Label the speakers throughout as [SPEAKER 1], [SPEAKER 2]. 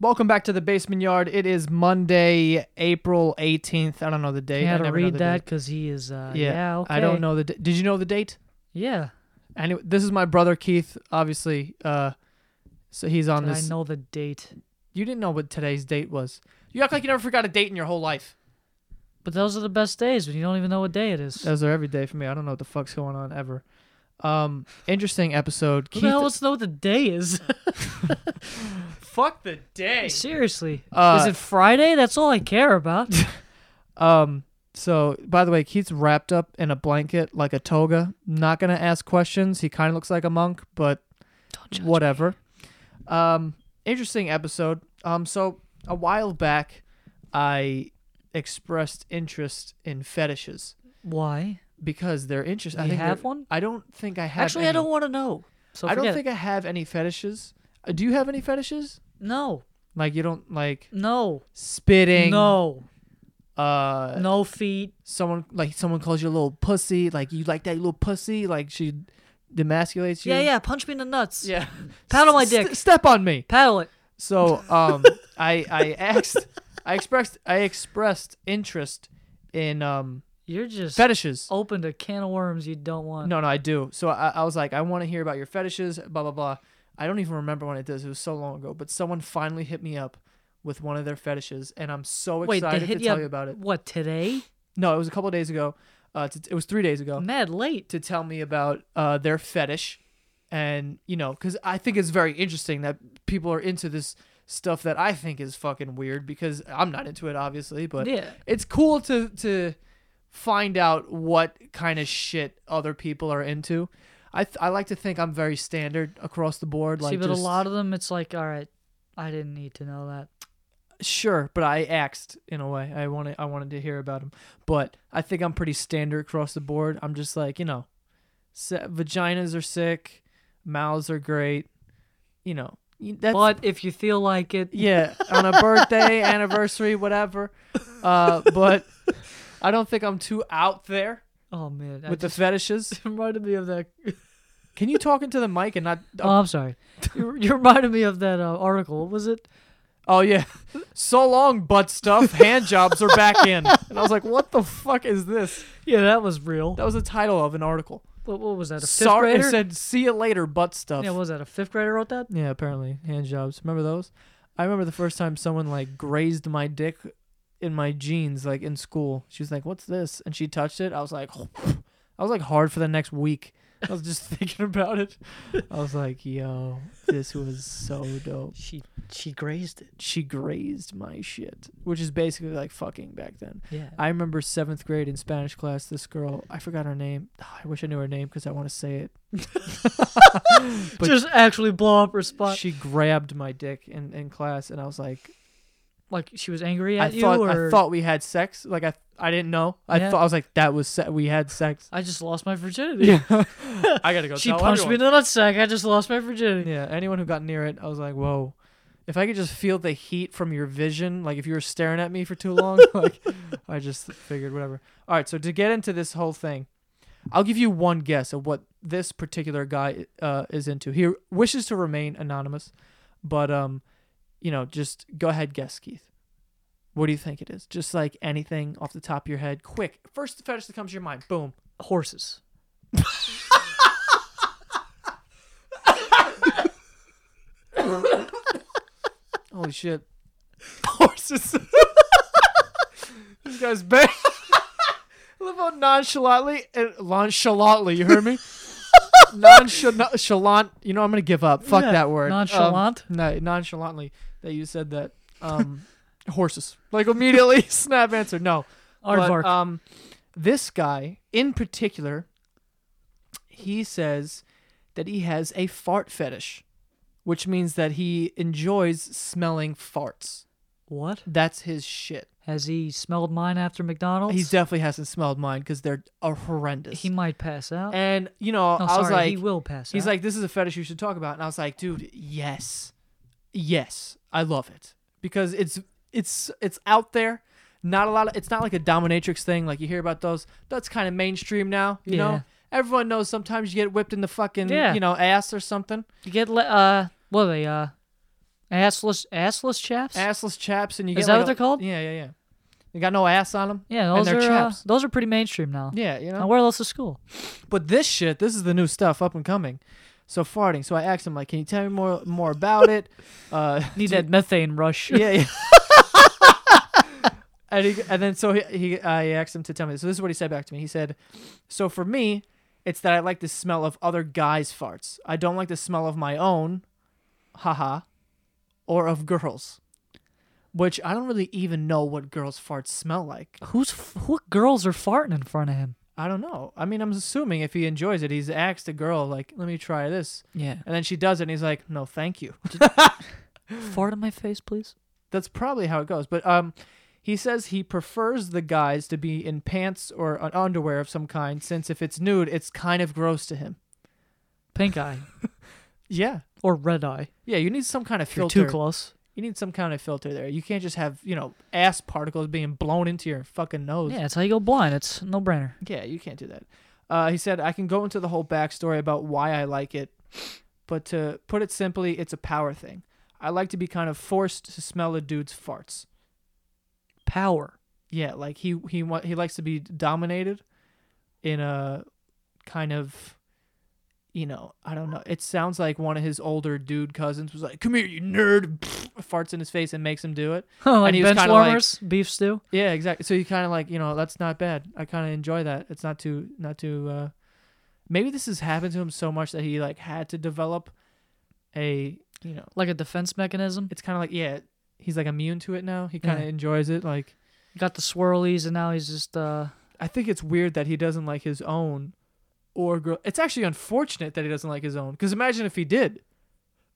[SPEAKER 1] Welcome back to the basement yard. It is Monday, April 18th. I don't know the date.
[SPEAKER 2] You
[SPEAKER 1] I
[SPEAKER 2] had to
[SPEAKER 1] never know
[SPEAKER 2] read
[SPEAKER 1] the
[SPEAKER 2] that
[SPEAKER 1] date.
[SPEAKER 2] because he is. Uh,
[SPEAKER 1] Yeah.
[SPEAKER 2] yeah. Okay.
[SPEAKER 1] I don't know the da- Did you know the date?
[SPEAKER 2] Yeah.
[SPEAKER 1] Anyway, this is my brother Keith, obviously. Uh so he's on
[SPEAKER 2] I
[SPEAKER 1] this.
[SPEAKER 2] know the date.
[SPEAKER 1] You didn't know what today's date was. You act like you never forgot a date in your whole life.
[SPEAKER 2] But those are the best days when you don't even know what day it is.
[SPEAKER 1] Those are every day for me. I don't know what the fuck's going on ever. Um interesting episode.
[SPEAKER 2] Who the hell wants to know what the day is?
[SPEAKER 1] fuck the day.
[SPEAKER 2] Seriously.
[SPEAKER 1] Uh,
[SPEAKER 2] is it Friday? That's all I care about.
[SPEAKER 1] Um. So, by the way, Keith's wrapped up in a blanket like a toga. Not gonna ask questions. He kind of looks like a monk, but whatever. Um. Interesting episode. Um. So a while back, I expressed interest in fetishes
[SPEAKER 2] Why?
[SPEAKER 1] because they're interesting. I
[SPEAKER 2] You
[SPEAKER 1] think
[SPEAKER 2] have
[SPEAKER 1] they're-
[SPEAKER 2] one?
[SPEAKER 1] I don't think I have.
[SPEAKER 2] Actually, I
[SPEAKER 1] any.
[SPEAKER 2] don't want to know. So
[SPEAKER 1] I don't
[SPEAKER 2] forget it.
[SPEAKER 1] think I have any fetishes. Uh, Do you have any fetishes?
[SPEAKER 2] No.
[SPEAKER 1] Like you don't like
[SPEAKER 2] No.
[SPEAKER 1] spitting.
[SPEAKER 2] No.
[SPEAKER 1] Uh.
[SPEAKER 2] No feet.
[SPEAKER 1] someone like someone calls you a little pussy, like you like that little pussy, like she demasculates you.
[SPEAKER 2] Yeah, yeah. Punch me in the nuts.
[SPEAKER 1] yeah.
[SPEAKER 2] Paddle my
[SPEAKER 1] S- st-
[SPEAKER 2] dick.
[SPEAKER 1] step on me.
[SPEAKER 2] Paddle it.
[SPEAKER 1] So um, I I asked, I expressed, I expressed interest in um
[SPEAKER 2] You're just
[SPEAKER 1] fetishes.
[SPEAKER 2] opened a can of worms you don't want.
[SPEAKER 1] No, no, I do. So I, I was like, I want to hear about your fetishes, blah blah blah. I don't even remember when it does. It was so long ago. But someone finally hit me up with one of their fetishes, and I'm so
[SPEAKER 2] Wait,
[SPEAKER 1] excited
[SPEAKER 2] they hit
[SPEAKER 1] to
[SPEAKER 2] you
[SPEAKER 1] tell
[SPEAKER 2] up,
[SPEAKER 1] you about it.
[SPEAKER 2] What today?
[SPEAKER 1] No, it was a couple of days ago. Uh, t- it was three days ago.
[SPEAKER 2] Mad late.
[SPEAKER 1] to tell me about uh, their fetish and you know because i think it's very interesting that people are into this stuff that i think is fucking weird because i'm not into it obviously but
[SPEAKER 2] Yeah.
[SPEAKER 1] it's cool to to find out what kind of shit other people are into i th- i like to think i'm very standard across the board like
[SPEAKER 2] See, but
[SPEAKER 1] just-
[SPEAKER 2] a lot of them, it's like, all right, I didn't need to know that.
[SPEAKER 1] sure but i axed in a way i wanted i wanted to hear about them but i think i'm pretty standard across the board i'm just like you know se- vaginas are sick mouths are great you know y- that's
[SPEAKER 2] But if you feel like it,
[SPEAKER 1] yeah on a birthday anniversary whatever uh but i don't think i'm too out there
[SPEAKER 2] oh man, I
[SPEAKER 1] with the
[SPEAKER 2] just
[SPEAKER 1] fetishes
[SPEAKER 2] reminded me of that.
[SPEAKER 1] can you talk into the mic and not
[SPEAKER 2] Oh, I'm sorry. you, you reminded me of that uh, article. What was it?
[SPEAKER 1] Oh yeah. So long, butt stuff. Hand jobs are back in. And I was like, what the fuck is this?
[SPEAKER 2] Yeah, that was real.
[SPEAKER 1] That was the title of an article.
[SPEAKER 2] What, what was that? A fifth
[SPEAKER 1] Sorry, it
[SPEAKER 2] grader?
[SPEAKER 1] said "see you later, butt stuff."
[SPEAKER 2] yeah, what was that a fifth grader wrote that?
[SPEAKER 1] Yeah, apparently hand jobs. Remember those? I remember the first time someone like grazed my dick in my jeans, like in school. She was like, "What's this?" And she touched it. I was like, I was like hard for the next week. I was just thinking about it. I was like, "Yo, this was so dope."
[SPEAKER 2] She she grazed it.
[SPEAKER 1] She grazed my shit, which is basically like fucking back then.
[SPEAKER 2] Yeah.
[SPEAKER 1] I remember seventh grade in Spanish class. This girl, I forgot her name. I wish I knew her name because I want to say it. but-
[SPEAKER 2] Just actually blow up her spot.
[SPEAKER 1] she grabbed my dick in, in class, and I was like,
[SPEAKER 2] like she was angry
[SPEAKER 1] I
[SPEAKER 2] at you,
[SPEAKER 1] thought
[SPEAKER 2] or
[SPEAKER 1] I thought we had sex. Like I I didn't know. I
[SPEAKER 2] Yeah.
[SPEAKER 1] thought I was like that was se- we had sex.
[SPEAKER 2] I just lost my virginity.
[SPEAKER 1] Yeah, I gotta go.
[SPEAKER 2] She punched me in the nutsack. I just lost my virginity.
[SPEAKER 1] Yeah, anyone who got near it, I was like, whoa. If I could just feel the heat from your vision, like if you were staring at me for too long, like I just figured whatever. All right, so to get into this whole thing, I'll give you one guess of what this particular guy uh, is into. He wishes to remain anonymous, but um, you know, just go ahead, guess, Keith. What do you think it is? Just like anything off the top of your head, quick. First fetish that comes to your mind, boom.
[SPEAKER 2] Horses.
[SPEAKER 1] Holy shit. Horses. this guy's bad. Live on nonchalantly and nonchalantly. You heard me? nonchalant. You know, I'm gonna give up. Fuck
[SPEAKER 2] Yeah,
[SPEAKER 1] that word. Um,
[SPEAKER 2] nonchalant?
[SPEAKER 1] no, nonchalantly that you said that. Um, horses. Like immediately, snap answer. No.
[SPEAKER 2] Aardvark.
[SPEAKER 1] But, um, this guy in particular, he says that he has a fart fetish, which means that he enjoys smelling farts.
[SPEAKER 2] what?
[SPEAKER 1] That's his shit.
[SPEAKER 2] Has he smelled mine after McDonald's?
[SPEAKER 1] He definitely hasn't smelled mine because they're are horrendous.
[SPEAKER 2] He might pass out.
[SPEAKER 1] and you know,
[SPEAKER 2] no,
[SPEAKER 1] I
[SPEAKER 2] sorry,
[SPEAKER 1] was like,
[SPEAKER 2] he will pass
[SPEAKER 1] he's
[SPEAKER 2] out.
[SPEAKER 1] like, this is a fetish you should talk about, and I was like, dude, yes, yes, I love it because it's it's it's out there. Not a lot. Of, it's not like a dominatrix thing. Like you hear about those. That's kind of mainstream now. You
[SPEAKER 2] Yeah.
[SPEAKER 1] know, everyone knows. Sometimes you get whipped in the fucking
[SPEAKER 2] Yeah.
[SPEAKER 1] you know ass or something.
[SPEAKER 2] You get le- uh, what are they uh, Assless, assless chaps.
[SPEAKER 1] Assless chaps, and you
[SPEAKER 2] Is
[SPEAKER 1] get
[SPEAKER 2] that
[SPEAKER 1] like
[SPEAKER 2] what they're
[SPEAKER 1] a-
[SPEAKER 2] called?
[SPEAKER 1] Yeah, yeah, yeah. They got no ass on them.
[SPEAKER 2] yeah,
[SPEAKER 1] and
[SPEAKER 2] those
[SPEAKER 1] they're
[SPEAKER 2] are uh,
[SPEAKER 1] chaps.
[SPEAKER 2] those are pretty mainstream now.
[SPEAKER 1] Yeah, you know.
[SPEAKER 2] I wear those to school.
[SPEAKER 1] But this shit, this is the new stuff up and coming. So farting. So I asked him like, "Can you tell me more more about it?" Uh,
[SPEAKER 2] Need
[SPEAKER 1] do-
[SPEAKER 2] that methane rush.
[SPEAKER 1] Yeah. yeah. and, he, and then so he, he I asked him to tell me. So this is what he said back to me. He said, "So for me, it's that I like the smell of other guys' farts. I don't like the smell of my own, haha, or of girls." Which I don't really even know what girls' farts smell like.
[SPEAKER 2] Who's f- what girls are farting in front of him?
[SPEAKER 1] I don't know. I mean, I'm assuming if he enjoys it, he's asked a girl like, "Let me try this."
[SPEAKER 2] Yeah.
[SPEAKER 1] And then she does it, and he's like, "No, thank you."
[SPEAKER 2] Fart in my face, please.
[SPEAKER 1] That's probably how it goes. But um, he says he prefers the guys to be in pants or an underwear of some kind, since if it's nude, it's kind of gross to him.
[SPEAKER 2] Pink eye
[SPEAKER 1] Yeah,
[SPEAKER 2] or red eye.
[SPEAKER 1] yeah. You need some kind of
[SPEAKER 2] If you're
[SPEAKER 1] filter.
[SPEAKER 2] too close.
[SPEAKER 1] you need some kind of filter there. You can't just have you know ass particles being blown into your fucking nose.
[SPEAKER 2] Yeah, that's how you go blind. It's no brainer.
[SPEAKER 1] Yeah, you can't do that. Uh, he said, I can go into the whole backstory about why I like it, but to put it simply, it's a power thing. I like to be kind of forced to smell a dude's farts.
[SPEAKER 2] Power.
[SPEAKER 1] Yeah, like he he wa- he likes to be dominated in a kind of you know, I don't know. It sounds like one of his older dude cousins was like, "Come here, you nerd." farts in his face and makes him do it.
[SPEAKER 2] like
[SPEAKER 1] he was
[SPEAKER 2] bench
[SPEAKER 1] kinda like-
[SPEAKER 2] warmers, beef stew.
[SPEAKER 1] Yeah, exactly. So you kind of like, you know, that's not bad. I kind of enjoy that. It's not too, not too. Uh, maybe this has happened to him so much that he like had to develop a, you know,
[SPEAKER 2] Like a defense mechanism.
[SPEAKER 1] it's kind of like yeah, he's like immune to it now. He kind of
[SPEAKER 2] Yeah.
[SPEAKER 1] enjoys it. Like
[SPEAKER 2] Got the swirlies, and now he's just uh,
[SPEAKER 1] I think it's weird that he doesn't like his own, or girl. It's actually unfortunate that he doesn't like his own. Because imagine if he did,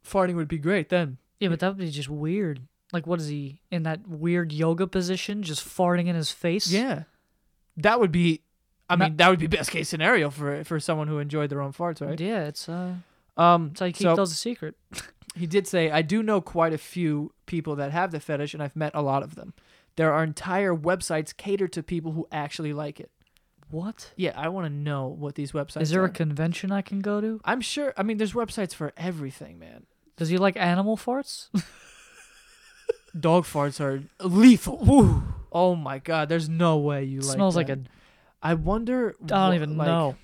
[SPEAKER 1] farting would be great then.
[SPEAKER 2] Yeah, but that would be just weird. Like, what is he in that weird yoga position, just farting in his face?
[SPEAKER 1] Yeah, that would be. I
[SPEAKER 2] No-
[SPEAKER 1] mean, that would be best case scenario for for someone who enjoyed their own farts, right?
[SPEAKER 2] yeah. It's uh,
[SPEAKER 1] Um,
[SPEAKER 2] it's how you keep
[SPEAKER 1] so-
[SPEAKER 2] those a secret.
[SPEAKER 1] He did say, I do know quite a few people that have the fetish, and I've met a lot of them. There are entire websites catered to people who actually like it.
[SPEAKER 2] What
[SPEAKER 1] Yeah, I want to know what these websites
[SPEAKER 2] is there
[SPEAKER 1] are.
[SPEAKER 2] a convention I can go to?
[SPEAKER 1] I'm sure, I mean, there's websites for everything, man.
[SPEAKER 2] Does he like animal farts?
[SPEAKER 1] Dog farts are lethal. Oh my God, there's no way you like
[SPEAKER 2] Smells like a.
[SPEAKER 1] that. I wonder.
[SPEAKER 2] I don't even know.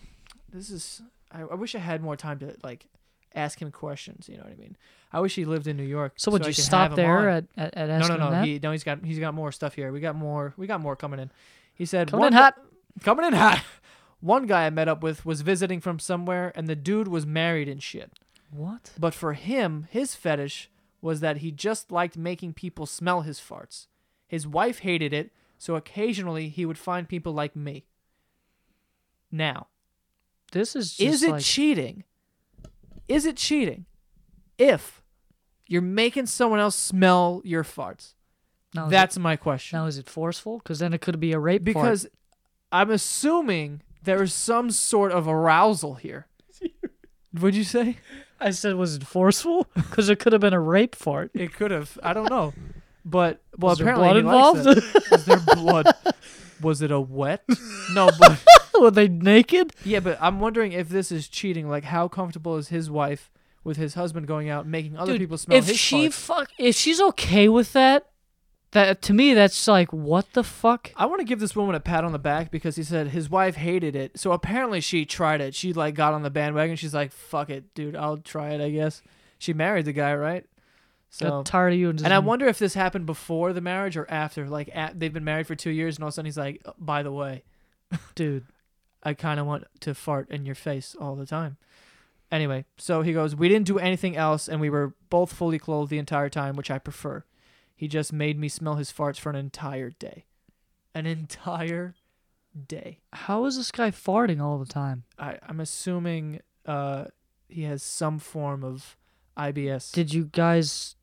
[SPEAKER 1] This is, I, I wish I had more time to, like, ask him questions. You know what I mean? I wish he lived in New York.
[SPEAKER 2] So would
[SPEAKER 1] I
[SPEAKER 2] you
[SPEAKER 1] could
[SPEAKER 2] stop
[SPEAKER 1] have him on.
[SPEAKER 2] there at, at, at
[SPEAKER 1] No,
[SPEAKER 2] asking
[SPEAKER 1] no,
[SPEAKER 2] him
[SPEAKER 1] no.
[SPEAKER 2] that?
[SPEAKER 1] He, no, he's got he's got more stuff here. We got more. We got more coming in. He said
[SPEAKER 2] Coming
[SPEAKER 1] one
[SPEAKER 2] in
[SPEAKER 1] gu-
[SPEAKER 2] hot.
[SPEAKER 1] coming in hot. One guy I met up with was visiting from somewhere, and the dude was married and shit.
[SPEAKER 2] What?
[SPEAKER 1] But for him, his fetish was that he just liked making people smell his farts. His wife hated it, so occasionally he would find people like me. Now,
[SPEAKER 2] This is just
[SPEAKER 1] is it
[SPEAKER 2] like,
[SPEAKER 1] cheating? Is it cheating if you're making someone else smell your farts?
[SPEAKER 2] now is it-
[SPEAKER 1] That's my question.
[SPEAKER 2] now is it forceful? Because then it could be a rape. fart.
[SPEAKER 1] because I'm assuming there is some sort of arousal here. Would you say
[SPEAKER 2] I said, was it forceful? Because it could have been a rape fart.
[SPEAKER 1] it could have? I don't know, but well,
[SPEAKER 2] Was there
[SPEAKER 1] apparently he
[SPEAKER 2] blood
[SPEAKER 1] likes it. Is there blood? Was it a wet? No, but
[SPEAKER 2] Were they naked?
[SPEAKER 1] yeah, but I'm wondering if this is cheating. Like, how comfortable is his wife with his husband going out and making other
[SPEAKER 2] Dude,
[SPEAKER 1] people smell
[SPEAKER 2] if
[SPEAKER 1] his
[SPEAKER 2] she
[SPEAKER 1] farts?
[SPEAKER 2] fuck if she's okay with that that to me that's like what the fuck
[SPEAKER 1] I want to give this woman a pat on the back because he said his wife hated it. So apparently she tried it. She like got on the bandwagon. She's like, "Fuck it, dude. I'll try it, I guess." She married the guy, right? So
[SPEAKER 2] got tired of you and, just,
[SPEAKER 1] and I wonder if this happened before the marriage or after. Like at, they've been married for 2 years and all of a sudden he's like, "Oh, "By the way,
[SPEAKER 2] dude
[SPEAKER 1] I kind of want to fart in your face all the time." Anyway, so he goes, "We didn't do anything else and we were both fully clothed the entire time, which I prefer. He just made me smell his farts for an entire day." An entire day.
[SPEAKER 2] how is this guy farting all the time
[SPEAKER 1] I, I'm assuming uh, he has some form of IBS.
[SPEAKER 2] did you guys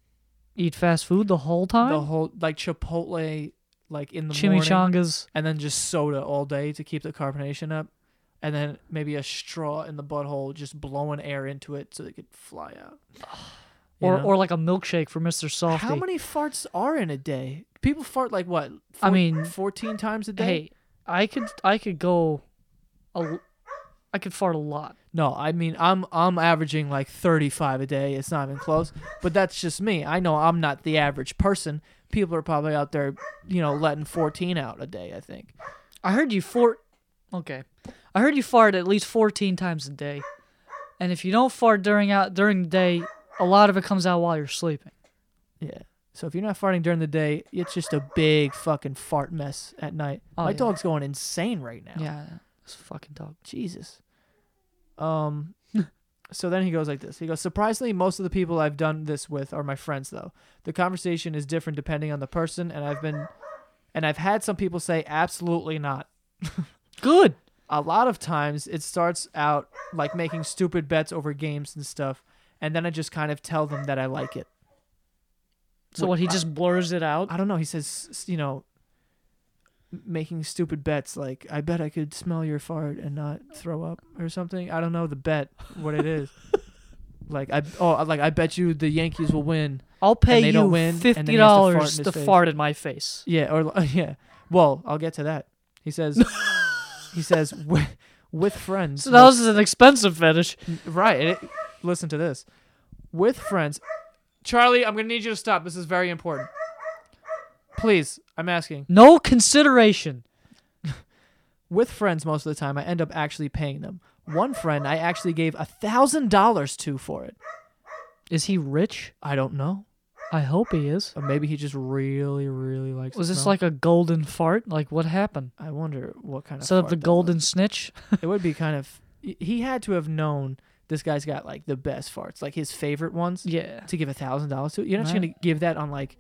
[SPEAKER 2] eat fast food the whole time
[SPEAKER 1] the whole like Chipotle like in the morning,
[SPEAKER 2] chimichangas
[SPEAKER 1] and then just soda all day to keep the carbonation up, and then maybe a straw in the butthole just blowing air into it so they could fly out. You
[SPEAKER 2] or
[SPEAKER 1] know?
[SPEAKER 2] or like a milkshake for mr softy
[SPEAKER 1] how many farts are in a day? People fart like what?
[SPEAKER 2] I mean-
[SPEAKER 1] fourteen times a day.
[SPEAKER 2] hey i could i could go a l- I could fart a lot
[SPEAKER 1] No, I mean I'm I'm averaging like 35 a day. It's not even close. but that's just me. I know I'm not the average person. People are probably out there, you know, letting 14 out a day. I think.
[SPEAKER 2] I heard you fart. Okay, I heard you fart at least fourteen times a day, and if you don't fart during out during the day, a lot of it comes out while you're sleeping.
[SPEAKER 1] Yeah. So if you're not farting during the day, it's just a big fucking fart mess at night.
[SPEAKER 2] Oh,
[SPEAKER 1] My
[SPEAKER 2] yeah.
[SPEAKER 1] dog's going insane right now.
[SPEAKER 2] Yeah, it's a fucking dog.
[SPEAKER 1] Jesus. Um so then he goes like this. He goes, Surprisingly, most of the people I've done this with are my friends though. The conversation is different depending on the person, and I've been and I've had some people say absolutely not.
[SPEAKER 2] Good.
[SPEAKER 1] A lot of times it starts out like making stupid bets over games and stuff, and then I just kind of tell them that I like it.
[SPEAKER 2] So
[SPEAKER 1] Wait,
[SPEAKER 2] what? He
[SPEAKER 1] I-
[SPEAKER 2] just blurs it out.
[SPEAKER 1] I don't know. He says, s- you know, m- making stupid bets like I bet I could smell your fart and not throw up or something. I don't know the bet what it is. like I oh like I bet you the Yankees will win.
[SPEAKER 2] I'll pay
[SPEAKER 1] they
[SPEAKER 2] you
[SPEAKER 1] don't win, and then he has to fart
[SPEAKER 2] fifty
[SPEAKER 1] in
[SPEAKER 2] dollars
[SPEAKER 1] his
[SPEAKER 2] to
[SPEAKER 1] face.
[SPEAKER 2] fart in my face.
[SPEAKER 1] Yeah or yeah. Well, I'll get to that. He says. he says with, with friends.
[SPEAKER 2] So that was an expensive fetish.
[SPEAKER 1] right. It, listen to this. With friends, Charlie, I'm gonna need you to stop. This is very important. Please, I'm asking.
[SPEAKER 2] No consideration.
[SPEAKER 1] with friends most of the time i end up actually paying them one friend i actually gave a thousand dollars to for it
[SPEAKER 2] Is he rich?
[SPEAKER 1] i don't know
[SPEAKER 2] I hope he is.
[SPEAKER 1] or maybe he just really really likes the
[SPEAKER 2] Was this
[SPEAKER 1] smell.
[SPEAKER 2] like a golden fart? Like what happened?
[SPEAKER 1] i wonder what kind of
[SPEAKER 2] Instead of
[SPEAKER 1] fart
[SPEAKER 2] the
[SPEAKER 1] that
[SPEAKER 2] golden snitch,
[SPEAKER 1] was. it would be kind of he had to have known this guy's got like the best farts like his favorite ones
[SPEAKER 2] yeah,
[SPEAKER 1] to give a thousand dollars to you're not just
[SPEAKER 2] Right.
[SPEAKER 1] gonna give that on like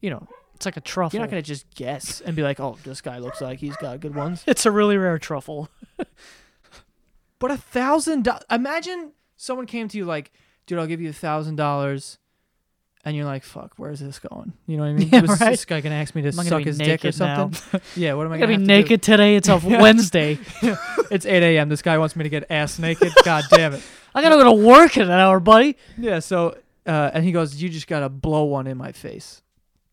[SPEAKER 1] you know
[SPEAKER 2] it's like a truffle.
[SPEAKER 1] you're not gonna just guess and be like oh this guy looks like he's got good ones
[SPEAKER 2] It's a really rare truffle.
[SPEAKER 1] But a thousand dollars. Imagine someone came to you like, dude, I'll give you a thousand dollars. And you're like, fuck, where is this going? You know what I mean?
[SPEAKER 2] Yeah,
[SPEAKER 1] Was
[SPEAKER 2] right.
[SPEAKER 1] this guy going to ask me to
[SPEAKER 2] Am I gonna
[SPEAKER 1] suck
[SPEAKER 2] be
[SPEAKER 1] his dick or
[SPEAKER 2] naked now?
[SPEAKER 1] something? yeah, what am I
[SPEAKER 2] I'm
[SPEAKER 1] going
[SPEAKER 2] gonna
[SPEAKER 1] to
[SPEAKER 2] be naked today. It's a Wednesday.
[SPEAKER 1] It's 8 a.m. This guy wants me to get ass naked. God damn it.
[SPEAKER 2] I gotta go to work in an hour, buddy.
[SPEAKER 1] Yeah, so, uh, and he goes, you just got to blow one in my face.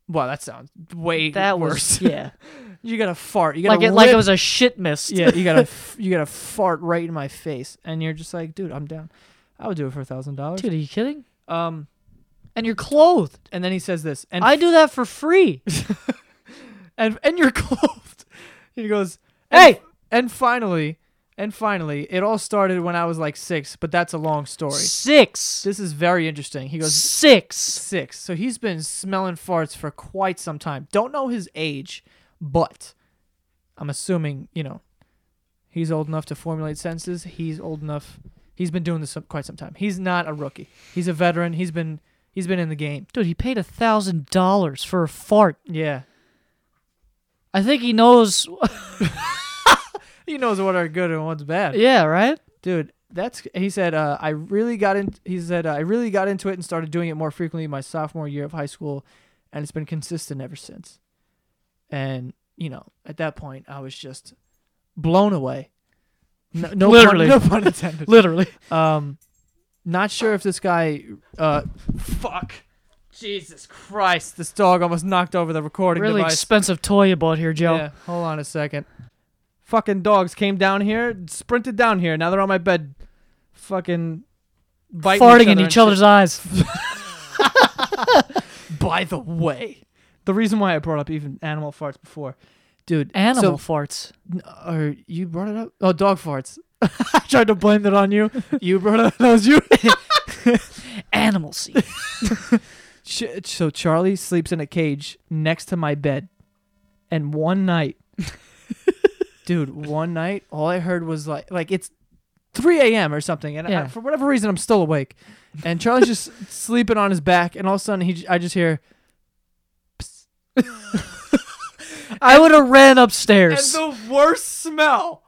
[SPEAKER 1] Wow, that sounds way
[SPEAKER 2] That
[SPEAKER 1] worse.
[SPEAKER 2] was yeah,
[SPEAKER 1] you got to fart. You got to
[SPEAKER 2] like it like it was a shit mist.
[SPEAKER 1] yeah, you got to you got to fart right in my face, and you're just like, dude, I'm down. I would do it for a thousand dollars.
[SPEAKER 2] dude, are you kidding?
[SPEAKER 1] Um,
[SPEAKER 2] And you're clothed.
[SPEAKER 1] and then he says this, and
[SPEAKER 2] I do that for free.
[SPEAKER 1] and and you're clothed. He goes,
[SPEAKER 2] Hey!
[SPEAKER 1] and finally, and finally, it all started when I was like six, but that's a long story.
[SPEAKER 2] Six,
[SPEAKER 1] This is very interesting. He goes
[SPEAKER 2] six.
[SPEAKER 1] six, so he's been smelling farts for quite some time. Don't know his age, but I'm assuming you know he's old enough to formulate sentences. He's old enough. He's been doing this some- quite some time. He's not a rookie. He's a veteran. He's been he's been in the game.
[SPEAKER 2] Dude, he paid a thousand dollars for a fart.
[SPEAKER 1] Yeah,
[SPEAKER 2] I think he knows.
[SPEAKER 1] he knows what are good and what's bad.
[SPEAKER 2] yeah, right.
[SPEAKER 1] dude that's he said uh, i really got in he said uh, i really got into it and started doing it more frequently my sophomore year of high school and it's been consistent ever since and you know at that point i was just blown away no, no
[SPEAKER 2] Literally.
[SPEAKER 1] pun, no pun intended
[SPEAKER 2] Literally.
[SPEAKER 1] um not sure if this guy uh fuck jesus christ this dog almost knocked over the recording
[SPEAKER 2] Really
[SPEAKER 1] device
[SPEAKER 2] expensive toy you bought here, Joe.
[SPEAKER 1] yeah, hold on a second. Fucking dogs came down here, sprinted down here. Now they're on my bed, fucking biting
[SPEAKER 2] Farting
[SPEAKER 1] each
[SPEAKER 2] in
[SPEAKER 1] other
[SPEAKER 2] each other's eyes.
[SPEAKER 1] shit. By the way, the reason why I brought up even animal farts before, dude.
[SPEAKER 2] Animal farts.
[SPEAKER 1] So, n- or you brought it up? Oh, dog farts. I tried to blame it on you. You brought it. That was you.
[SPEAKER 2] Animal seed.
[SPEAKER 1] Ch- so Charlie sleeps in a cage next to my bed, and one night, dude, one night, all I heard was like, like it's 3 a.m. or something, and I-
[SPEAKER 2] Yeah.
[SPEAKER 1] for whatever reason, I'm still awake, and Charlie's just sleeping on his back, and all of a sudden, he, j- I just hear,
[SPEAKER 2] I would have ran
[SPEAKER 1] and
[SPEAKER 2] upstairs.
[SPEAKER 1] the worst smell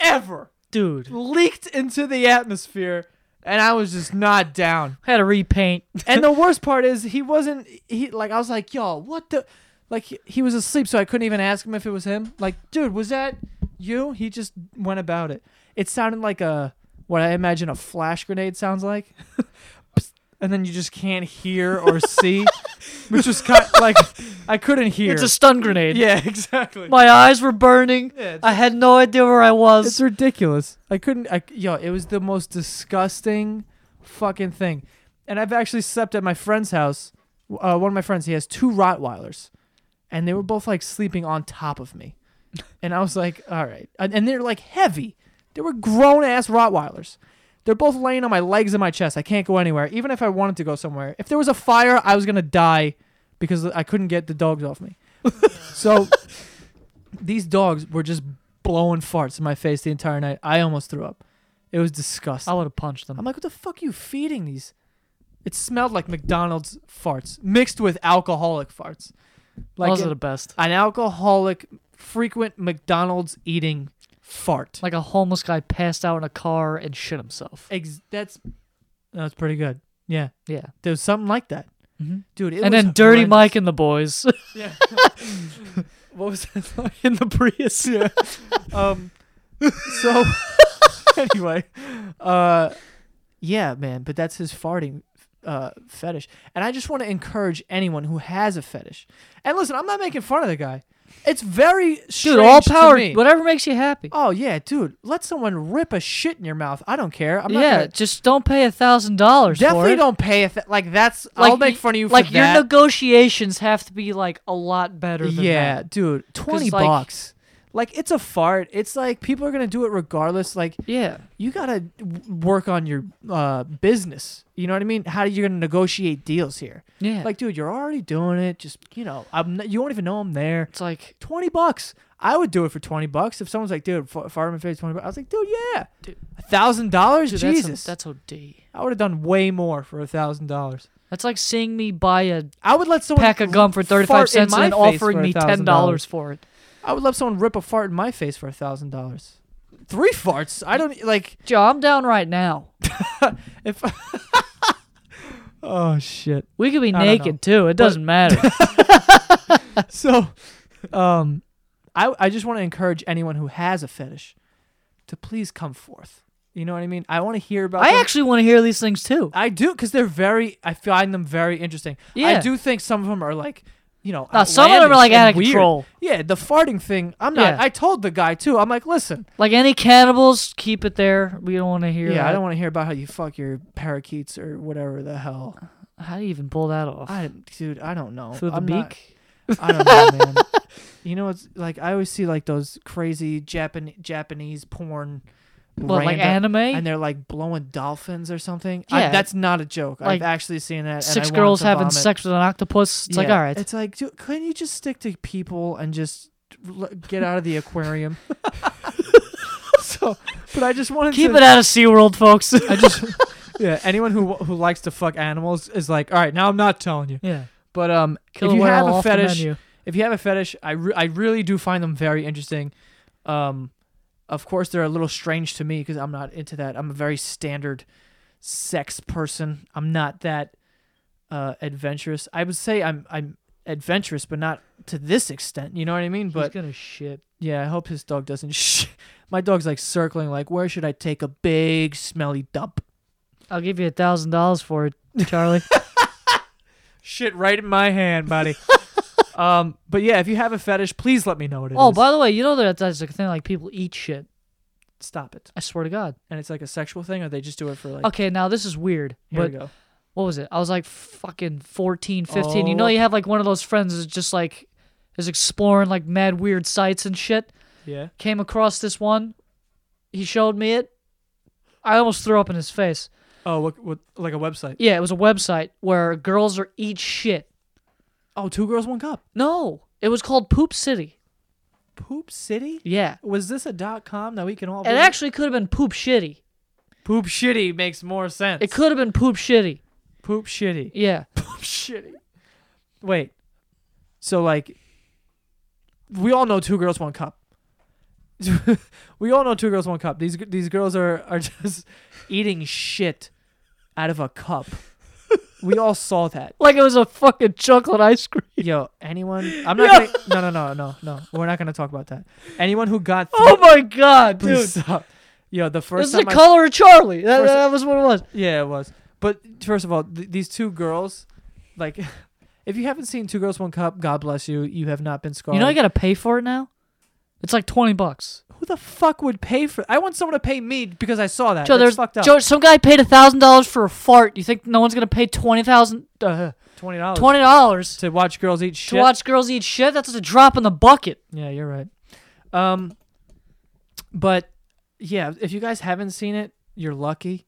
[SPEAKER 1] ever
[SPEAKER 2] Dude,
[SPEAKER 1] leaked into the atmosphere, and I was just not down.
[SPEAKER 2] had to repaint.
[SPEAKER 1] and the worst part is he wasn't he like I was like, yo, what the like he, he was asleep so I couldn't even ask him if it was him. Like, dude, was that you? He just went about it. It sounded like a what I imagine a flash grenade sounds like. and then you just can't hear or see, which was kind like I couldn't hear.
[SPEAKER 2] It's a stun grenade.
[SPEAKER 1] yeah, exactly.
[SPEAKER 2] My eyes were burning.
[SPEAKER 1] Yeah, it's,
[SPEAKER 2] I had no idea where I
[SPEAKER 1] it's
[SPEAKER 2] was.
[SPEAKER 1] ridiculous. I couldn't. I, yo, it was the most disgusting fucking thing. And I've actually slept at my friend's house. Uh, one of my friends, he has two Rottweilers, and they were both like sleeping on top of me. And I was like, all right. And, and they're like heavy. They were grown ass Rottweilers. They're both laying on my legs and my chest. I can't go anywhere. Even if I wanted to go somewhere, if there was a fire, I was gonna die because I couldn't get the dogs off me. so these dogs were just blowing farts in my face the entire night. I almost threw up. It was disgusting.
[SPEAKER 2] I would have punched them.
[SPEAKER 1] I'm like, what the fuck are you feeding these? It smelled like McDonald's farts mixed with alcoholic farts. Like
[SPEAKER 2] Those
[SPEAKER 1] an-
[SPEAKER 2] are the best.
[SPEAKER 1] an alcoholic, frequent McDonald's eating fart.
[SPEAKER 2] Like a homeless guy passed out in a car and shit himself.
[SPEAKER 1] Ex- that's that's pretty good. Yeah,
[SPEAKER 2] Yeah.
[SPEAKER 1] there was something like that,
[SPEAKER 2] Mhm.
[SPEAKER 1] dude. It
[SPEAKER 2] And
[SPEAKER 1] was
[SPEAKER 2] then Dirty
[SPEAKER 1] horrendous.
[SPEAKER 2] Mike and the boys
[SPEAKER 1] Yeah. what was that? Like?
[SPEAKER 2] in the Prius. Yeah.
[SPEAKER 1] Um. So anyway, uh, yeah, man. But that's his farting uh fetish, and I just want to encourage anyone who has a fetish. And listen, I'm not making fun of the guy. It's very
[SPEAKER 2] Dude,
[SPEAKER 1] strange
[SPEAKER 2] all
[SPEAKER 1] to
[SPEAKER 2] power.
[SPEAKER 1] me.
[SPEAKER 2] Whatever makes you happy.
[SPEAKER 1] Oh yeah, dude. Let someone rip a shit in your mouth. I don't care. I'm not
[SPEAKER 2] yeah,
[SPEAKER 1] gonna-
[SPEAKER 2] just don't pay a thousand dollars. for
[SPEAKER 1] definitely
[SPEAKER 2] it.
[SPEAKER 1] don't pay. A th- like that's. I'll make
[SPEAKER 2] y-
[SPEAKER 1] fun of you
[SPEAKER 2] Like
[SPEAKER 1] for
[SPEAKER 2] your
[SPEAKER 1] that.
[SPEAKER 2] negotiations have to be like a lot better. Than
[SPEAKER 1] yeah,
[SPEAKER 2] that.
[SPEAKER 1] dude. Twenty
[SPEAKER 2] like-
[SPEAKER 1] bucks. Like it's a fart. It's like people are gonna do it regardless. Like
[SPEAKER 2] yeah.
[SPEAKER 1] you gotta w- work on your uh, business. You know what I mean? How are you gonna negotiate deals here?
[SPEAKER 2] Yeah.
[SPEAKER 1] Like, dude, you're already doing it. Just you know, I'm. Not, you won't even know I'm there.
[SPEAKER 2] it's like
[SPEAKER 1] Twenty bucks. I would do it for twenty bucks. If someone's like, dude, f- farm and face twenty bucks, I was like, dude, yeah,
[SPEAKER 2] Dude.
[SPEAKER 1] a thousand dollars.
[SPEAKER 2] dude,
[SPEAKER 1] Jesus,
[SPEAKER 2] That's, o- that's OD.
[SPEAKER 1] I would have done way more for a thousand dollars.
[SPEAKER 2] That's like seeing me buy a
[SPEAKER 1] I would let someone
[SPEAKER 2] pack of gum for
[SPEAKER 1] fart
[SPEAKER 2] thirty five
[SPEAKER 1] in
[SPEAKER 2] cents and
[SPEAKER 1] my
[SPEAKER 2] then
[SPEAKER 1] face
[SPEAKER 2] offering
[SPEAKER 1] for
[SPEAKER 2] me ten
[SPEAKER 1] $1,000.
[SPEAKER 2] dollars for it.
[SPEAKER 1] I would let someone rip a fart in my face for a thousand dollars. Three farts. I don't e, like
[SPEAKER 2] Joe, I'm down right now.
[SPEAKER 1] if. oh shit.
[SPEAKER 2] We could be
[SPEAKER 1] I don't
[SPEAKER 2] naked too. It doesn't matter.
[SPEAKER 1] so um i i just want to encourage anyone who has a fetish to please come forth you know what i mean i want to hear about
[SPEAKER 2] I
[SPEAKER 1] them.
[SPEAKER 2] actually want to hear these things too.
[SPEAKER 1] i do because they're very i find them very interesting i
[SPEAKER 2] Yeah.
[SPEAKER 1] do think some of them are like you know
[SPEAKER 2] Now, some of them are
[SPEAKER 1] outlandish
[SPEAKER 2] like
[SPEAKER 1] and
[SPEAKER 2] out of
[SPEAKER 1] weird.
[SPEAKER 2] control.
[SPEAKER 1] yeah the farting thing i'm not
[SPEAKER 2] Yeah.
[SPEAKER 1] i told the guy too i'm like listen
[SPEAKER 2] Like any cannibals, keep it there. We don't want to hear.
[SPEAKER 1] yeah
[SPEAKER 2] that.
[SPEAKER 1] i don't want to hear about how you fuck your parakeets or whatever the hell
[SPEAKER 2] How do you even pull that off?
[SPEAKER 1] i dude i don't know
[SPEAKER 2] Oh. Through the
[SPEAKER 1] I'm
[SPEAKER 2] beak.
[SPEAKER 1] not- I don't know, man. You know, it's like I always see like those crazy Japan Japanese porn,
[SPEAKER 2] What, like
[SPEAKER 1] random-
[SPEAKER 2] anime?
[SPEAKER 1] and they're like blowing dolphins or something. I-
[SPEAKER 2] Yeah.
[SPEAKER 1] that's not a joke. I've
[SPEAKER 2] Like,
[SPEAKER 1] actually seen that. and I
[SPEAKER 2] Six
[SPEAKER 1] wanted
[SPEAKER 2] girls
[SPEAKER 1] to
[SPEAKER 2] having
[SPEAKER 1] vomit.
[SPEAKER 2] sex with an octopus. It's like
[SPEAKER 1] Yeah.
[SPEAKER 2] all right.
[SPEAKER 1] It's like, dude, couldn't you just stick to people and just l- get out of the aquarium? so, but I just wanted
[SPEAKER 2] Keep
[SPEAKER 1] to
[SPEAKER 2] it out of SeaWorld, folks.
[SPEAKER 1] I just yeah. Anyone who who likes to fuck animals is like, all right, now I'm not telling you.
[SPEAKER 2] yeah.
[SPEAKER 1] But um,
[SPEAKER 2] Kill
[SPEAKER 1] if you
[SPEAKER 2] a whale
[SPEAKER 1] have a
[SPEAKER 2] off the
[SPEAKER 1] fetish,
[SPEAKER 2] menu.
[SPEAKER 1] if you have a fetish, I, re- I really do find them very interesting. Um, of course, they're a little strange to me because I'm not into that. I'm a very standard sex person. I'm not that uh, adventurous. I would say I'm I'm adventurous, but not to this extent. You know what I mean? But
[SPEAKER 2] He's gonna shit.
[SPEAKER 1] yeah, I hope his dog doesn't. Sh- My dog's like circling, like where should I take a big smelly dump?
[SPEAKER 2] I'll give you a thousand dollars for it, Charlie.
[SPEAKER 1] Shit, right in my hand, buddy. um, but yeah, if you have a fetish, please let me know what it is.
[SPEAKER 2] oh, by the way, you know that that's a thing. Like people eat shit.
[SPEAKER 1] stop it.
[SPEAKER 2] I swear to God.
[SPEAKER 1] And it's like a sexual thing, or they just do it for like.
[SPEAKER 2] Okay, now this is weird.
[SPEAKER 1] Here
[SPEAKER 2] but
[SPEAKER 1] we go.
[SPEAKER 2] what was it? I was like fucking 14, 15. You
[SPEAKER 1] Oh.
[SPEAKER 2] know, you have like one of those friends that's just like is exploring like mad weird sites and shit.
[SPEAKER 1] Yeah.
[SPEAKER 2] Came across this one. He showed me it. I almost threw up in his face.
[SPEAKER 1] Oh, what, what, like a website?
[SPEAKER 2] Yeah, it was a website where girls are eat shit.
[SPEAKER 1] Oh, two girls, one cup.
[SPEAKER 2] No, it was called Poop City.
[SPEAKER 1] Poop City.
[SPEAKER 2] Yeah.
[SPEAKER 1] Was this a dot com that we can all?
[SPEAKER 2] It
[SPEAKER 1] visit?
[SPEAKER 2] actually could have been Poop Shitty.
[SPEAKER 1] poop shitty makes more sense.
[SPEAKER 2] It could have been Poop Shitty.
[SPEAKER 1] poop shitty.
[SPEAKER 2] Yeah.
[SPEAKER 1] Poop shitty. Wait. So like, we all know two girls, one cup. we all know two girls, one cup. These these girls are are just eating shit out of a cup. we all saw that.
[SPEAKER 2] Like it was a fucking chocolate ice cream.
[SPEAKER 1] Yo, anyone? I'm not.
[SPEAKER 2] Yeah.
[SPEAKER 1] Gonna, no, no, no, no, no. We're not gonna talk about that. Anyone who got three,
[SPEAKER 2] Oh my god, dude.
[SPEAKER 1] please stop. Yo, the
[SPEAKER 2] This is
[SPEAKER 1] first
[SPEAKER 2] the
[SPEAKER 1] time. I,
[SPEAKER 2] color of Charlie. That,
[SPEAKER 1] First-
[SPEAKER 2] that was what it was.
[SPEAKER 1] yeah, it was. But first of all, th- these two girls, like, if you haven't seen Two Girls One Cup, God bless you. You have not been scarred.
[SPEAKER 2] You know, I gotta pay for it now. It's like twenty bucks.
[SPEAKER 1] Who the fuck would pay for? I want someone to pay me because I saw that.
[SPEAKER 2] Joe,
[SPEAKER 1] That's
[SPEAKER 2] there's
[SPEAKER 1] fucked up.
[SPEAKER 2] Joe. Some guy paid a thousand dollars for a fart. You think no one's gonna pay twenty thousand, uh,
[SPEAKER 1] Twenty dollars
[SPEAKER 2] twenty dollars
[SPEAKER 1] to watch girls eat
[SPEAKER 2] to
[SPEAKER 1] Oh, shit.
[SPEAKER 2] watch girls eat shit? That's just a drop in the bucket.
[SPEAKER 1] Yeah, you're right. Um, but yeah, if you guys haven't seen it, you're lucky.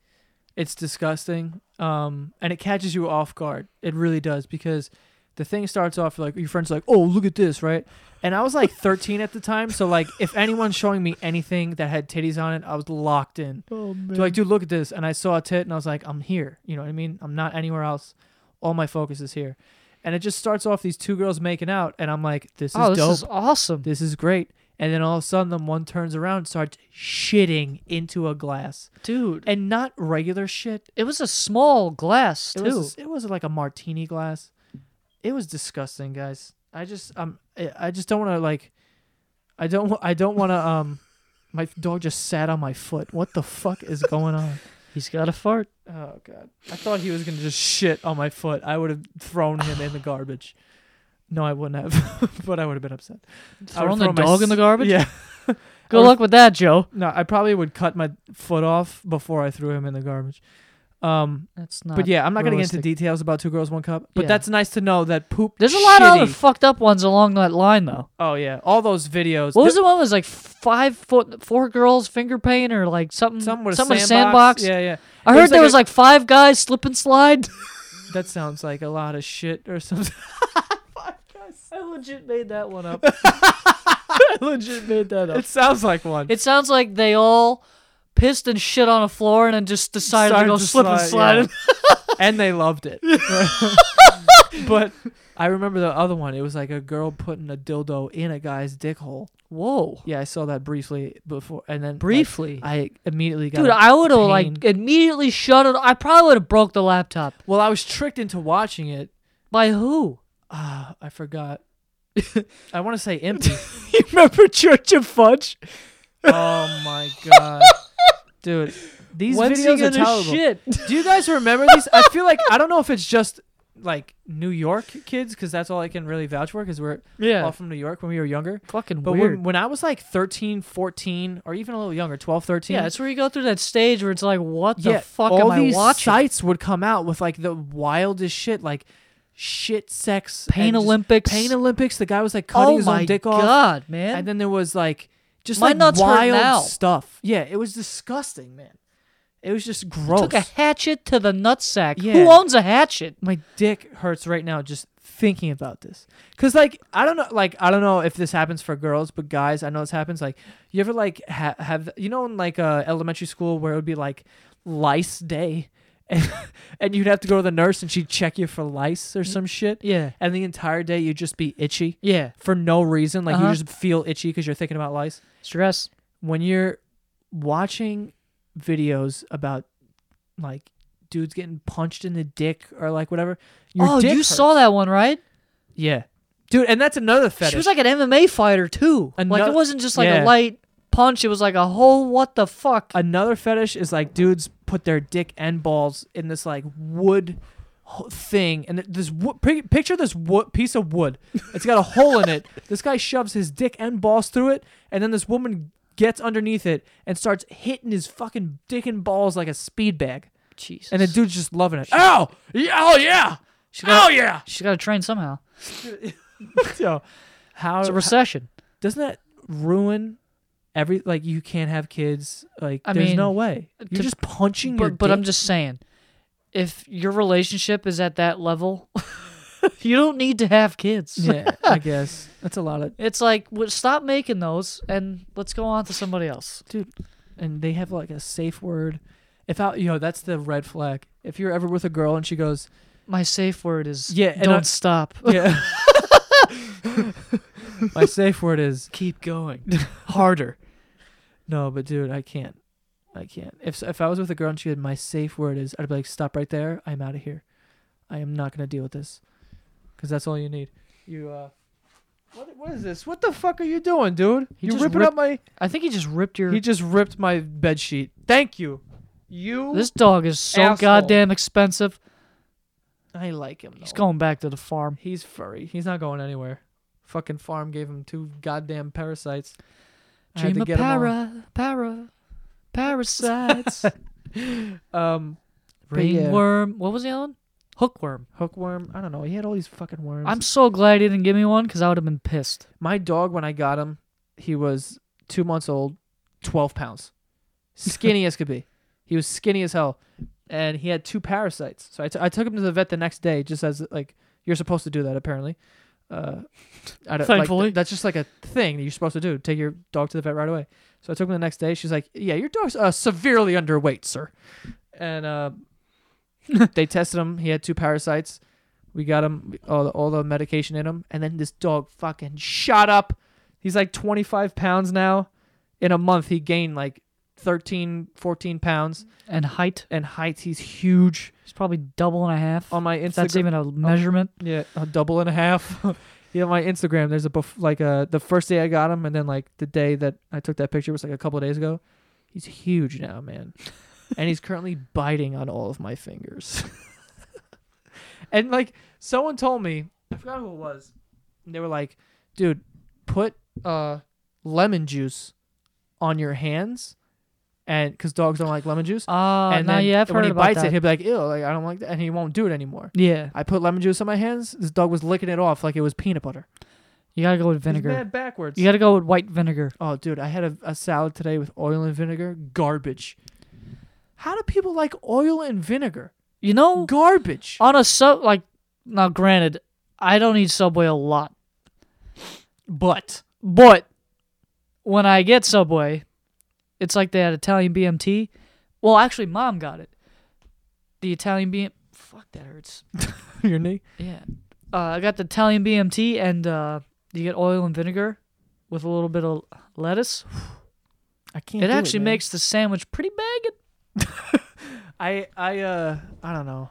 [SPEAKER 1] It's disgusting. Um, and it catches you off guard. It really does because the thing starts off like your friend's like, "Oh, look at this," right? And I was like 13 at the time, so like if anyone's showing me anything that had titties on it, I was locked in.
[SPEAKER 2] Oh man.
[SPEAKER 1] They're like, dude, look at this. And I saw a tit and I was like, I'm here. You know what I mean? I'm not anywhere else. All my focus is here. And it just starts off these two girls making out, and I'm like, this is
[SPEAKER 2] oh, this
[SPEAKER 1] dope.
[SPEAKER 2] is awesome.
[SPEAKER 1] This is great. And then all of a sudden, the one turns around and starts shitting into a glass.
[SPEAKER 2] dude.
[SPEAKER 1] And not regular shit.
[SPEAKER 2] It was a small glass
[SPEAKER 1] It
[SPEAKER 2] too.
[SPEAKER 1] was, it was like a martini glass. It was disgusting, guys. I just um I- I just don't want to like I don't wa- I don't want to um my dog just sat on my foot. What the fuck is going on?
[SPEAKER 2] He's got a fart.
[SPEAKER 1] Oh god. I thought he was gonna just shit on my foot. I would have thrown him in the garbage. No, I wouldn't have, but I would have been upset. I would
[SPEAKER 2] Throwing the
[SPEAKER 1] throw my
[SPEAKER 2] dog in the
[SPEAKER 1] s-
[SPEAKER 2] garbage.
[SPEAKER 1] Yeah.
[SPEAKER 2] Good
[SPEAKER 1] I would-
[SPEAKER 2] luck with that, Joe.
[SPEAKER 1] No, I probably would cut my foot off before I threw him in the garbage. Um,
[SPEAKER 2] That's not.
[SPEAKER 1] but yeah, I'm not going to get into
[SPEAKER 2] Uh, realistic.
[SPEAKER 1] details about two girls, one cup. But
[SPEAKER 2] Yeah.
[SPEAKER 1] that's nice to know that poop.
[SPEAKER 2] There's a lot of
[SPEAKER 1] shitty-
[SPEAKER 2] other fucked up ones along that line though.
[SPEAKER 1] oh yeah, all those videos.
[SPEAKER 2] What was the one that was like five foot four girls finger paint or like something
[SPEAKER 1] Some with a
[SPEAKER 2] something in a
[SPEAKER 1] sandbox.
[SPEAKER 2] sandbox?
[SPEAKER 1] Yeah, yeah.
[SPEAKER 2] I
[SPEAKER 1] It
[SPEAKER 2] heard
[SPEAKER 1] was
[SPEAKER 2] there
[SPEAKER 1] like
[SPEAKER 2] was
[SPEAKER 1] a-
[SPEAKER 2] like five guys slip and slide.
[SPEAKER 1] That sounds like a lot of shit or something.
[SPEAKER 2] I legit made that one up.
[SPEAKER 1] I legit made that up. It sounds like one.
[SPEAKER 2] It sounds like they all pissed and shit on a floor and then just decided to
[SPEAKER 1] Started
[SPEAKER 2] go
[SPEAKER 1] to
[SPEAKER 2] slip and slide.
[SPEAKER 1] yeah. and they loved it. but I remember the other one. It was like a girl putting a dildo in a guy's dick hole.
[SPEAKER 2] Whoa.
[SPEAKER 1] Yeah, I saw that briefly before, and then like,
[SPEAKER 2] Briefly.
[SPEAKER 1] I immediately got
[SPEAKER 2] Dude,
[SPEAKER 1] a
[SPEAKER 2] I would have
[SPEAKER 1] pain.
[SPEAKER 2] like immediately shut it. I probably would have broke the laptop.
[SPEAKER 1] Well, I was tricked into watching it.
[SPEAKER 2] By who?
[SPEAKER 1] Ah, I forgot. I want to say empty.
[SPEAKER 2] you remember Church of Fudge?
[SPEAKER 1] oh my god, dude, these
[SPEAKER 2] When's he
[SPEAKER 1] videos are
[SPEAKER 2] gonna
[SPEAKER 1] terrible.
[SPEAKER 2] shit?
[SPEAKER 1] Do you guys remember these? I feel like I don't know if it's just like New York kids because that's all I can really vouch for because we're
[SPEAKER 2] yeah.
[SPEAKER 1] all from New York when we were younger.
[SPEAKER 2] Oh, Fucking
[SPEAKER 1] But
[SPEAKER 2] weird.
[SPEAKER 1] when, when I was like 13, 14, or even a little younger, 12, 13,
[SPEAKER 2] yeah, it's where you go through that stage where it's like, what the
[SPEAKER 1] yeah,
[SPEAKER 2] fuck
[SPEAKER 1] all
[SPEAKER 2] am I
[SPEAKER 1] these
[SPEAKER 2] watching?
[SPEAKER 1] sites would come out with like the wildest shit, like shit, sex,
[SPEAKER 2] Pain
[SPEAKER 1] and just-
[SPEAKER 2] Olympics.
[SPEAKER 1] Pain Olympics. The guy was like cutting
[SPEAKER 2] oh
[SPEAKER 1] his
[SPEAKER 2] my
[SPEAKER 1] own dick off,
[SPEAKER 2] god, man.
[SPEAKER 1] and then there was like just
[SPEAKER 2] My
[SPEAKER 1] like
[SPEAKER 2] nuts hurt
[SPEAKER 1] wild
[SPEAKER 2] now.
[SPEAKER 1] stuff. Yeah, it was disgusting, man. It was just gross.
[SPEAKER 2] Took a hatchet to the nutsack.
[SPEAKER 1] Yeah.
[SPEAKER 2] Who owns a hatchet?
[SPEAKER 1] my dick hurts right now just thinking about this. Cause like I don't know, like I don't know if this happens for girls, but guys, I know this happens. Like you ever like ha- have you know in like uh, elementary school where it would be like lice day, and, and you'd have to go to the nurse and she'd check you for lice or some shit,
[SPEAKER 2] Yeah.
[SPEAKER 1] and the entire day you'd just be itchy
[SPEAKER 2] Yeah.
[SPEAKER 1] for no reason. Like
[SPEAKER 2] Uh-huh.
[SPEAKER 1] you just feel itchy because you're thinking about lice.
[SPEAKER 2] Stress.
[SPEAKER 1] When you're watching videos about like dudes getting punched in the dick or like whatever, your
[SPEAKER 2] oh,
[SPEAKER 1] dick
[SPEAKER 2] you
[SPEAKER 1] hurts.
[SPEAKER 2] saw that one, right?
[SPEAKER 1] Yeah. Dude, and that's another fetish.
[SPEAKER 2] She was like an MMA fighter too. like
[SPEAKER 1] Another-
[SPEAKER 2] it wasn't just like
[SPEAKER 1] yeah.
[SPEAKER 2] a light punch. It was like a whole what the fuck.
[SPEAKER 1] another fetish is like dudes put their dick and balls in this like wood ho- thing and th- this wo- pi- picture this wood piece of wood. It's got a hole in it. This guy shoves his dick and balls through it and then this woman gets underneath it and starts hitting his fucking dick and balls like a speed bag.
[SPEAKER 2] Jesus.
[SPEAKER 1] And the dude's just loving it. Oh, yeah, oh yeah.
[SPEAKER 2] got-
[SPEAKER 1] oh yeah.
[SPEAKER 2] she's got to train somehow.
[SPEAKER 1] So how
[SPEAKER 2] It's a recession.
[SPEAKER 1] doesn't that ruin every like you can't have kids like
[SPEAKER 2] I
[SPEAKER 1] there's
[SPEAKER 2] mean,
[SPEAKER 1] no way you're
[SPEAKER 2] to-
[SPEAKER 1] just punching your
[SPEAKER 2] But, but I'm
[SPEAKER 1] dick.
[SPEAKER 2] just saying, if your relationship is at that level, you don't need to have kids.
[SPEAKER 1] yeah i guess that's a lot of
[SPEAKER 2] It's like well, stop making those and let's go on to somebody else.
[SPEAKER 1] dude and they have like a safe word if out you know that's the red flag if you're ever with a girl and she goes
[SPEAKER 2] My safe word is
[SPEAKER 1] Yeah, and
[SPEAKER 2] Don't
[SPEAKER 1] I-
[SPEAKER 2] stop.
[SPEAKER 1] yeah my safe word is
[SPEAKER 2] Keep going harder.
[SPEAKER 1] no but dude i can't i can't if if i was with a girl and she had my safe word is i'd be like stop right there i'm out of here i am not gonna deal with this because that's all you need you uh what, what is this? What the fuck are you doing, dude?
[SPEAKER 2] He
[SPEAKER 1] you
[SPEAKER 2] just
[SPEAKER 1] ripping
[SPEAKER 2] ripped
[SPEAKER 1] up my
[SPEAKER 2] I think he just ripped your.
[SPEAKER 1] He just ripped my bed sheet. Thank you. You.
[SPEAKER 2] This dog is so
[SPEAKER 1] Asshole.
[SPEAKER 2] goddamn expensive.
[SPEAKER 1] I like him.
[SPEAKER 2] He's
[SPEAKER 1] though.
[SPEAKER 2] going back to the farm.
[SPEAKER 1] He's furry. He's not going anywhere. Fucking farm gave him two goddamn parasites. I had
[SPEAKER 2] Dream
[SPEAKER 1] to
[SPEAKER 2] of
[SPEAKER 1] get 'em all.
[SPEAKER 2] para, para, parasites.
[SPEAKER 1] Um, but yeah,
[SPEAKER 2] Ringworm. What was the other one? Hookworm.
[SPEAKER 1] hookworm. I don't know. He had all these fucking worms.
[SPEAKER 2] I'm so glad he didn't give me one because I would have been pissed.
[SPEAKER 1] My dog, when I got him, he was two months old, 12 pounds. Skinny as could be. He was skinny as hell. And he had two parasites. So I, t- I took him to the vet the next day, just as, like, you're supposed to do that, apparently. Uh, I don't, like,
[SPEAKER 2] Thankfully.
[SPEAKER 1] th- that's just like a thing that you're supposed to do. Take your dog to the vet right away. So I took him the next day. She's like, Yeah, your dog's uh, severely underweight, sir. And uh, they tested him. He had two parasites. We got him all the, all the medication in him, and then this dog fucking shot up. He's like 25 pounds now. In a month, he gained like 13, 14 pounds.
[SPEAKER 2] And height.
[SPEAKER 1] And height, he's huge.
[SPEAKER 2] He's probably double and a half.
[SPEAKER 1] On my
[SPEAKER 2] if that's
[SPEAKER 1] Instagram,
[SPEAKER 2] even a measurement.
[SPEAKER 1] yeah, a double and a half. yeah, on my Instagram, there's a bef- like uh the first day I got him, and then like the day that I took that picture was like a couple of days ago. He's huge now, man, and he's currently biting on all of my fingers. and like someone told me, I forgot who it was. And they were like, "Dude, put uh lemon juice on your hands." And because dogs don't like lemon juice,
[SPEAKER 2] Ah,
[SPEAKER 1] and
[SPEAKER 2] now
[SPEAKER 1] then
[SPEAKER 2] yeah, I've
[SPEAKER 1] when
[SPEAKER 2] heard
[SPEAKER 1] he
[SPEAKER 2] about
[SPEAKER 1] bites
[SPEAKER 2] that.
[SPEAKER 1] it, he'll be like, "Ew, like I don't like that," and he won't do it anymore.
[SPEAKER 2] yeah,
[SPEAKER 1] I put lemon juice on my hands. This dog was licking it off like it was peanut butter.
[SPEAKER 2] you gotta go with
[SPEAKER 1] He's
[SPEAKER 2] vinegar.
[SPEAKER 1] mad backwards.
[SPEAKER 2] You gotta go with white vinegar.
[SPEAKER 1] Oh, dude, I had a, a salad today with oil and vinegar. Garbage. How do people like oil and vinegar?
[SPEAKER 2] You know,
[SPEAKER 1] Garbage.
[SPEAKER 2] on a sub like now, granted, I don't eat Subway a lot,
[SPEAKER 1] But
[SPEAKER 2] but when I get Subway, it's like they had Italian BMT. Well, actually, mom got it. The Italian BM. Fuck that hurts.
[SPEAKER 1] your knee.
[SPEAKER 2] Yeah. Uh, I got the Italian BMT and uh, you get oil and vinegar with a little bit of lettuce.
[SPEAKER 1] I can't.
[SPEAKER 2] It
[SPEAKER 1] do
[SPEAKER 2] actually
[SPEAKER 1] man.
[SPEAKER 2] makes the sandwich pretty big.
[SPEAKER 1] I I uh I don't know.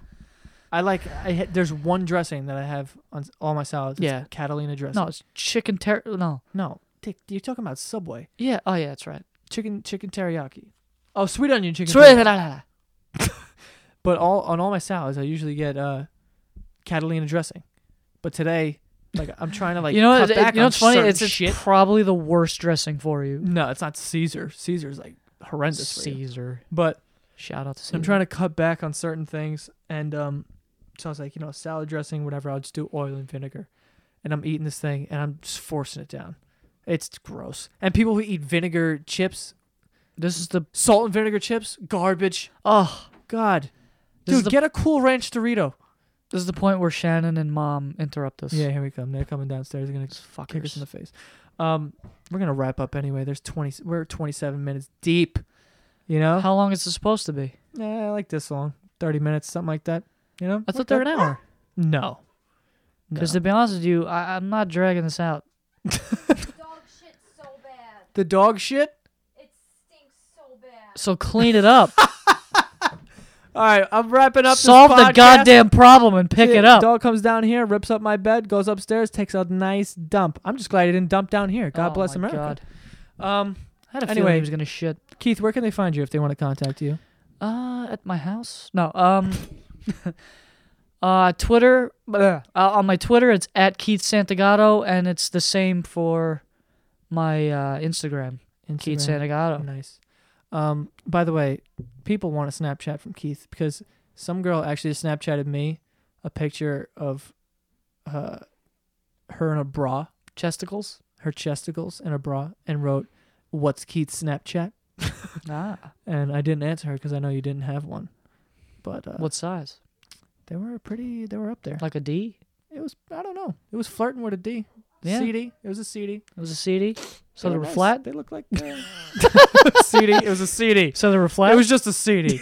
[SPEAKER 1] I like I ha- there's one dressing that I have on s- all my salads. It's
[SPEAKER 2] Yeah.
[SPEAKER 1] Catalina dressing.
[SPEAKER 2] No, it's chicken ter no.
[SPEAKER 1] no, Dick, you're talking about Subway
[SPEAKER 2] Yeah, oh yeah, that's right.
[SPEAKER 1] chicken chicken teriyaki. Oh, sweet onion chicken.
[SPEAKER 2] Sorry,
[SPEAKER 1] teriyaki.
[SPEAKER 2] la, la, la.
[SPEAKER 1] But all on all my salads, I usually get uh, Catalina dressing. But today, like I'm trying to like
[SPEAKER 2] you know,
[SPEAKER 1] cut
[SPEAKER 2] it,
[SPEAKER 1] back
[SPEAKER 2] you know
[SPEAKER 1] on
[SPEAKER 2] what's funny?
[SPEAKER 1] certain
[SPEAKER 2] It's, it's
[SPEAKER 1] shit.
[SPEAKER 2] probably the worst dressing for you.
[SPEAKER 1] No, it's not Caesar. Caesar's like horrendous. For you.
[SPEAKER 2] Caesar.
[SPEAKER 1] But
[SPEAKER 2] Shout out to Caesar.
[SPEAKER 1] I'm trying to cut back on certain things, and um, so I was like, you know, salad dressing, whatever. I'll just do oil and vinegar, and I'm eating this thing, and I'm just forcing it down. It's gross. And people who eat vinegar chips,
[SPEAKER 2] This is the
[SPEAKER 1] salt and vinegar chips, garbage.
[SPEAKER 2] oh,
[SPEAKER 1] God,
[SPEAKER 2] This is
[SPEAKER 1] dude,
[SPEAKER 2] the-
[SPEAKER 1] get a cool ranch Dorito.
[SPEAKER 2] this is the point where Shannon and Mom interrupt us.
[SPEAKER 1] Yeah, here we come. They're coming downstairs. They're gonna
[SPEAKER 2] These
[SPEAKER 1] kick us in
[SPEAKER 2] fuckers.
[SPEAKER 1] the face. Um, we're gonna wrap up anyway. There's twenty. We're twenty seven minutes deep. You know,
[SPEAKER 2] How long is it supposed to be?
[SPEAKER 1] yeah, I like this long, thirty minutes, something like that. You know,
[SPEAKER 2] I thought they were an hour.
[SPEAKER 1] no,
[SPEAKER 2] Because
[SPEAKER 1] No.
[SPEAKER 2] to be honest with you, I, I'm not dragging this out.
[SPEAKER 3] dog shit so bad.
[SPEAKER 1] the dog shit.
[SPEAKER 3] It stinks so bad.
[SPEAKER 2] So clean it up.
[SPEAKER 1] All right, I'm wrapping up.
[SPEAKER 2] Solve
[SPEAKER 1] this
[SPEAKER 2] the
[SPEAKER 1] podcast.
[SPEAKER 2] goddamn problem and pick
[SPEAKER 1] Shit,
[SPEAKER 2] it up.
[SPEAKER 1] Dog comes down here, rips up my bed, goes upstairs, takes a nice dump. I'm just glad he didn't dump down here. God
[SPEAKER 2] Oh
[SPEAKER 1] bless
[SPEAKER 2] my
[SPEAKER 1] America.
[SPEAKER 2] God.
[SPEAKER 1] Um,
[SPEAKER 2] I had a
[SPEAKER 1] Anyway.
[SPEAKER 2] feeling he was gonna shit.
[SPEAKER 1] Keith, where can they find you if they want to contact you?
[SPEAKER 2] Uh, at my house? No. Um. uh, Twitter. bleh. Uh, on my Twitter, it's at Keith Santagato, and it's the same for my uh, Instagram, Keith
[SPEAKER 1] Instagram.
[SPEAKER 2] Santagato.
[SPEAKER 1] Nice. Um, by the way, people want a Snapchat from Keith because some girl actually Snapchatted me a picture of uh, her in a bra,
[SPEAKER 2] Chesticles.
[SPEAKER 1] her chesticles in a bra, and wrote, What's Keith's Snapchat?
[SPEAKER 2] Ah.
[SPEAKER 1] And I didn't answer her because I know you didn't have one. But uh,
[SPEAKER 2] What size?
[SPEAKER 1] they were pretty, they were up there.
[SPEAKER 2] Like a D?
[SPEAKER 1] It was, I don't know. It was flirting with a D.
[SPEAKER 2] Yeah.
[SPEAKER 1] CD. It was a CD.
[SPEAKER 2] It was a CD. So
[SPEAKER 1] They
[SPEAKER 2] they
[SPEAKER 1] were
[SPEAKER 2] were
[SPEAKER 1] nice.
[SPEAKER 2] flat.
[SPEAKER 1] They looked like uh, CD. It was a CD.
[SPEAKER 2] So they were flat.
[SPEAKER 1] It was just a CD.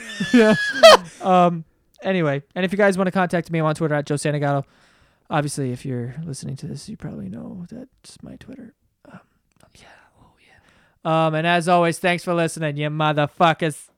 [SPEAKER 1] um. Anyway, and if you guys want to contact me, I'm on Twitter at Joe Santagato. Obviously, if you're listening to this, you probably know that's my Twitter. Um, yeah. Oh yeah. Um. And as always, thanks for listening, you motherfuckers.